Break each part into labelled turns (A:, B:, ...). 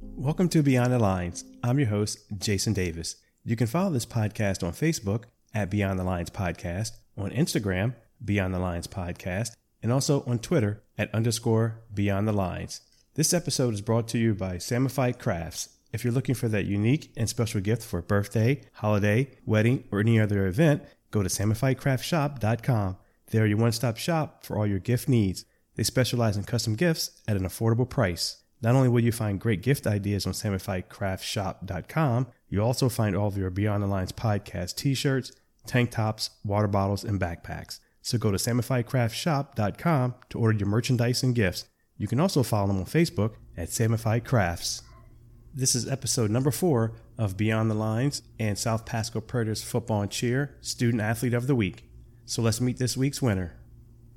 A: Welcome to Beyond the Lines. I'm your host, Jason Davis. You can follow this podcast on Facebook at Beyond the Lines Podcast, on Instagram, Beyond the Lines Podcast, and also on Twitter at underscore Beyond the Lines. This episode is brought to you by Samified Crafts. If you're looking for that unique and special gift for a birthday, holiday, wedding, or any other event, go to samifiedcraftshop.com. They are your one stop shop for all your gift needs. They specialize in custom gifts at an affordable price. Not only will you find great gift ideas on samifiedcraftshop.com, you'll also find all of your Beyond the Lines podcast t shirts, tank tops, water bottles, and backpacks. So go to samifiedcraftshop.com to order your merchandise and gifts. You can also follow them on Facebook at Samified Crafts. This is episode number four of Beyond the Lines and South Pasco Predators Football and Cheer Student Athlete of the Week. So let's meet this week's winner.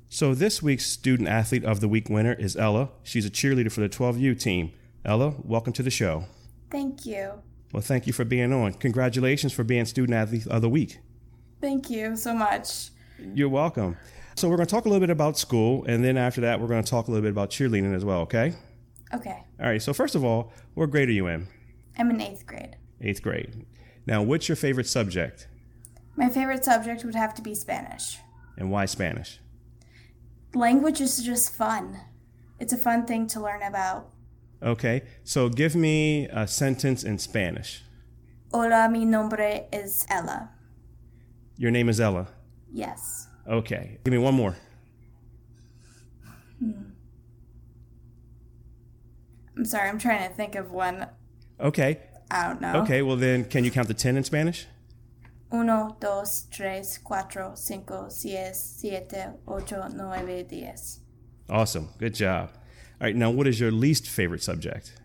A: So this week's Student Athlete of the Week winner is Ella. She's a cheerleader for the 12U team. Ella, welcome to the show.
B: Thank you.
A: Well, thank you for being on. Congratulations for being Student Athlete of the Week.
B: Thank you so much.
A: You're welcome. So we're going to talk a little bit about school, and then after that, we're going to talk a little bit about cheerleading as well, okay?
B: Okay,
A: All right, so first of all, what grade are you in?
B: I'm in eighth grade.
A: Eighth grade. Now, what's your favorite subject
B: My favorite subject would have to be Spanish.
A: and why Spanish?
B: Language is just fun, it's a fun thing to learn about.
A: Okay, so give me a sentence in Spanish.
B: Hola, mi nombre es Ella.
A: Your name is Ella.
B: Yes.
A: Okay, give me one more.
B: I'm sorry, I'm trying to think of one.
A: Okay,
B: I don't know.
A: okay, well then, can you count to 10 in Spanish?
B: Uno, dos, tres, cuatro, cinco, seis, siete, ocho, nueve, diez.
A: Awesome, good job. All right, now what is your least favorite subject?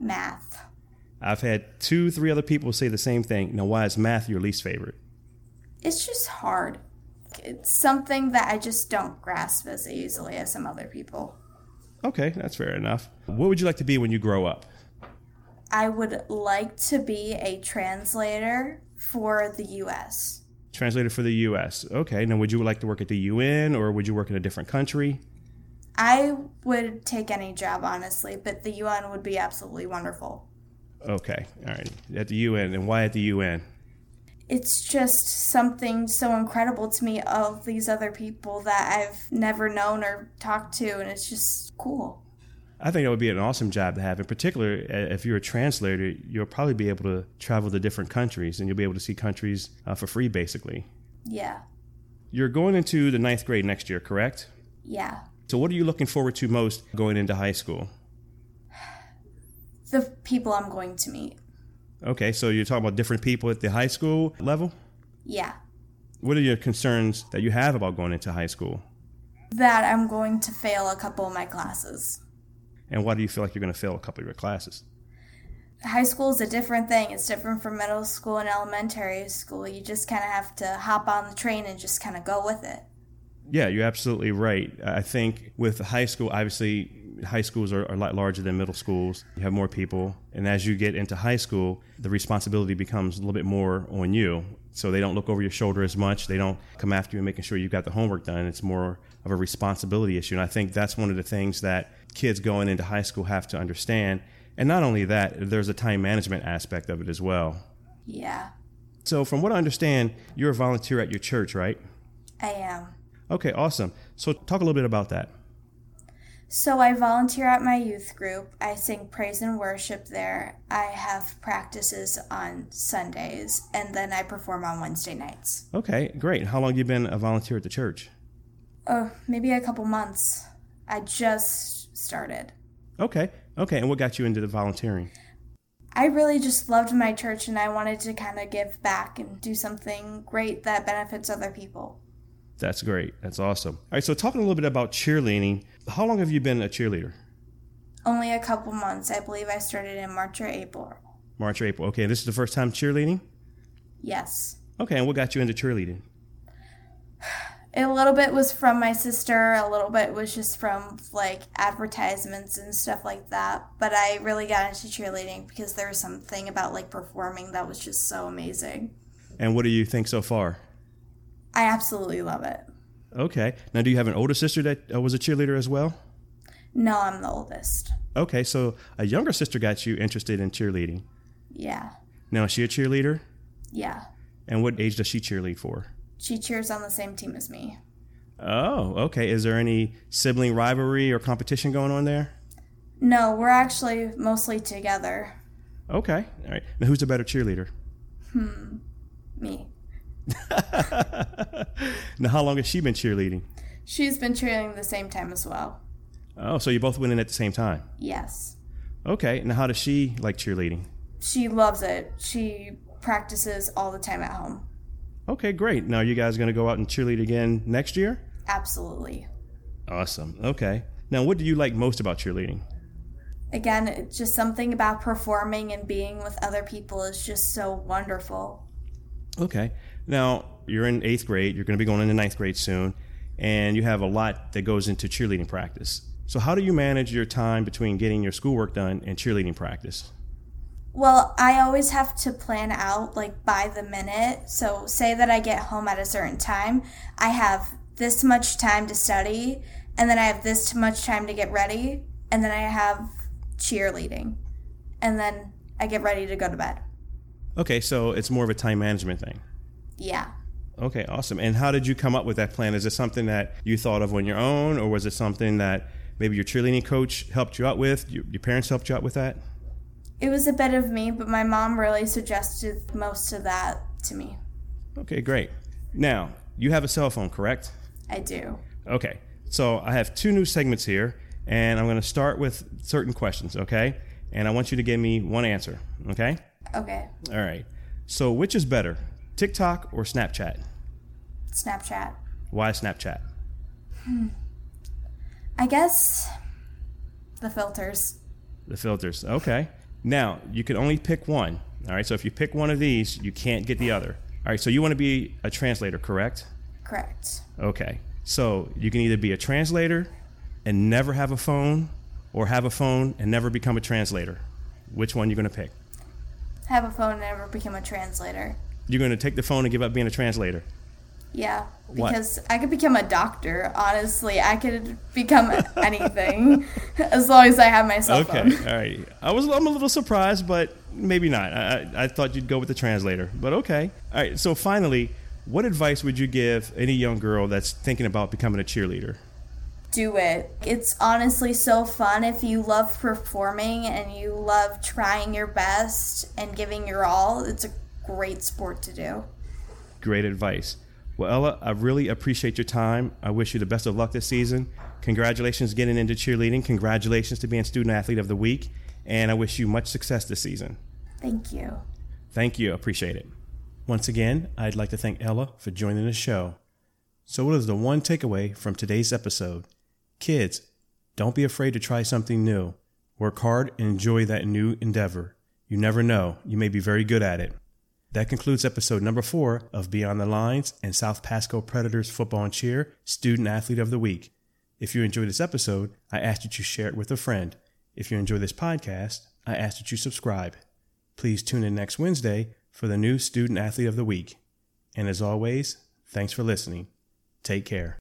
B: Math.
A: I've had two, three other people say the same thing. Now, why is math your least favorite?
B: It's just hard. It's something that I just don't grasp as easily as some other people.
A: Okay, that's fair enough. What would you like to be when you grow up?
B: I would like to be a translator for the US.
A: Translator for the U.S. Okay, now would you like to work at the UN or would you work in a different country?
B: I would take any job, honestly, but the UN would be absolutely wonderful.
A: Okay, all right, at the UN. And why at the UN?
B: It's just something so incredible to me of these other people that I've never known or talked to, and it's just cool.
A: I think that would be an awesome job to have. In particular, uh, if you're a translator, you'll probably be able to travel to different countries and you'll be able to see countries uh, for free, basically.
B: Yeah,
A: You're going into the ninth grade next year, correct?
B: yeah.
A: So, what are you looking forward to most going into high school?
B: The people I'm going to meet.
A: Okay, so you're talking about different people at the high school level.
B: Yeah.
A: What are your concerns that you have about going into high school?
B: That I'm going to fail a couple of my classes.
A: And why do you feel like you're going to fail a couple of your classes?
B: high school is a different thing. It's different from middle school and elementary school. You just kind of have to hop on the train and just kind of go with it.
A: Yeah, you're absolutely right. I think with high school, obviously, high schools are, are a lot larger than middle schools. You have more people. And as you get into high school, the responsibility becomes a little bit more on you. So they don't look over your shoulder as much. They don't come after you and making sure you've got the homework done. It's more of a responsibility issue. And I think that's one of the things that kids going into high school have to understand. And not only that, there's a time management aspect of it as well.
B: Yeah,
A: So, from what I understand, you're a volunteer at your church, right?
B: I am.
A: Okay, awesome. So, talk a little bit about that.
B: So I volunteer at my youth group. I sing praise and worship there. I have practices on Sundays and then I perform on Wednesday nights.
A: Okay, great. How long you been a volunteer at the church?
B: Oh, maybe a couple months. I just started.
A: Okay, okay. And what got you into the volunteering?
B: I really just loved my church and I wanted to kind of give back and do something great that benefits other people.
A: That's great. That's awesome. All right. So, talking a little bit about cheerleading, how long have you been a cheerleader?
B: Only a couple months. I believe I started in March or April.
A: March or April? Okay. And this is the first time cheerleading.
B: Yes.
A: Okay. And what got you into cheerleading?
B: A little bit was from my sister, a little bit was just from like advertisements and stuff like that. But I really got into cheerleading because there was something about like performing that was just so amazing.
A: And what do you think so far?
B: I absolutely love it.
A: Okay. Now, do you have an older sister that uh, was a cheerleader as well?
B: No, I'm the oldest.
A: Okay, so a younger sister got you interested in cheerleading.
B: Yeah.
A: Now, is she a cheerleader?
B: Yeah.
A: And what age does she cheerlead for?
B: She cheers on the same team as me.
A: Oh, okay. Is there any sibling rivalry or competition going on there?
B: No, we're actually mostly together.
A: Okay. All right. Now, who's the better cheerleader?
B: Hmm. Me.
A: now, how long has she been cheerleading?
B: She's been cheerleading the same time as well.
A: Oh, so you both went in at the same time.
B: Yes.
A: Okay. Now, how does she like cheerleading?
B: She loves it. She practices all the time at home.
A: Okay, great. Now, are you guys going to go out and cheerlead again next year?
B: Absolutely.
A: Awesome. Okay. Now, what do you like most about cheerleading?
B: Again, it's just something about performing and being with other people is just so wonderful.
A: Okay. Now, you're in eighth grade, you're going to be going into ninth grade soon, and you have a lot that goes into cheerleading practice. So, how do you manage your time between getting your schoolwork done and cheerleading practice?
B: Well, I always have to plan out like by the minute. So, say that I get home at a certain time, I have this much time to study, and then I have this much time to get ready, and then I have cheerleading, and then I get ready to go to bed.
A: Okay, so it's more of a time management thing.
B: Yeah.
A: Okay, awesome. And how did you come up with that plan? Is it something that you thought of on your own, or was it something that maybe your cheerleading coach helped you out with? Your, your parents helped you out with that?
B: It was a bit of me, but my mom really suggested most of that to me.
A: Okay, great. Now, you have a cell phone, correct?
B: I do.
A: Okay, so I have two new segments here, and I'm going to start with certain questions, okay? And I want you to give me one answer, okay?
B: Okay.
A: All right. So, which is better, TikTok or Snapchat?
B: Snapchat.
A: Why Snapchat?
B: I guess the filters.
A: The filters. Okay. Now, you can only pick one. All right. So, if you pick one of these, you can't get the other. All right. So, you want to be a translator, correct?
B: Correct.
A: Okay. So, you can either be a translator and never have a phone or have a phone and never become a translator. Which one you going to pick?
B: Have a phone and never become a translator.
A: You're going to take the phone and give up being a translator.
B: Yeah,
A: What?
B: because I could become a doctor. Honestly, I could become anything as long as I have my cell
A: Okay,
B: phone.
A: all right. I was I'm a little surprised, but maybe not. I, I I thought you'd go with the translator, but okay. All right. So finally, what advice would you give any young girl that's thinking about becoming a cheerleader?
B: Do it. It's honestly so fun if you love performing and you love trying your best and giving your all. It's a great sport to do.
A: Great advice. Well, Ella, I really appreciate your time. I wish you the best of luck this season. Congratulations getting into cheerleading. Congratulations to being student athlete of the week, and I wish you much success this season.
B: Thank you.
A: Thank you. Appreciate it. Once again, I'd like to thank Ella for joining the show. So, what is the one takeaway from today's episode? Kids, don't be afraid to try something new. Work hard and enjoy that new endeavor. You never know, you may be very good at it. That concludes episode number four of Beyond the Lines and South Pasco Predators Football and Cheer Student Athlete of the Week. If you enjoyed this episode, I ask that you share it with a friend. If you enjoy this podcast, I ask that you subscribe. Please tune in next Wednesday for the new Student Athlete of the Week. And as always, thanks for listening. Take care.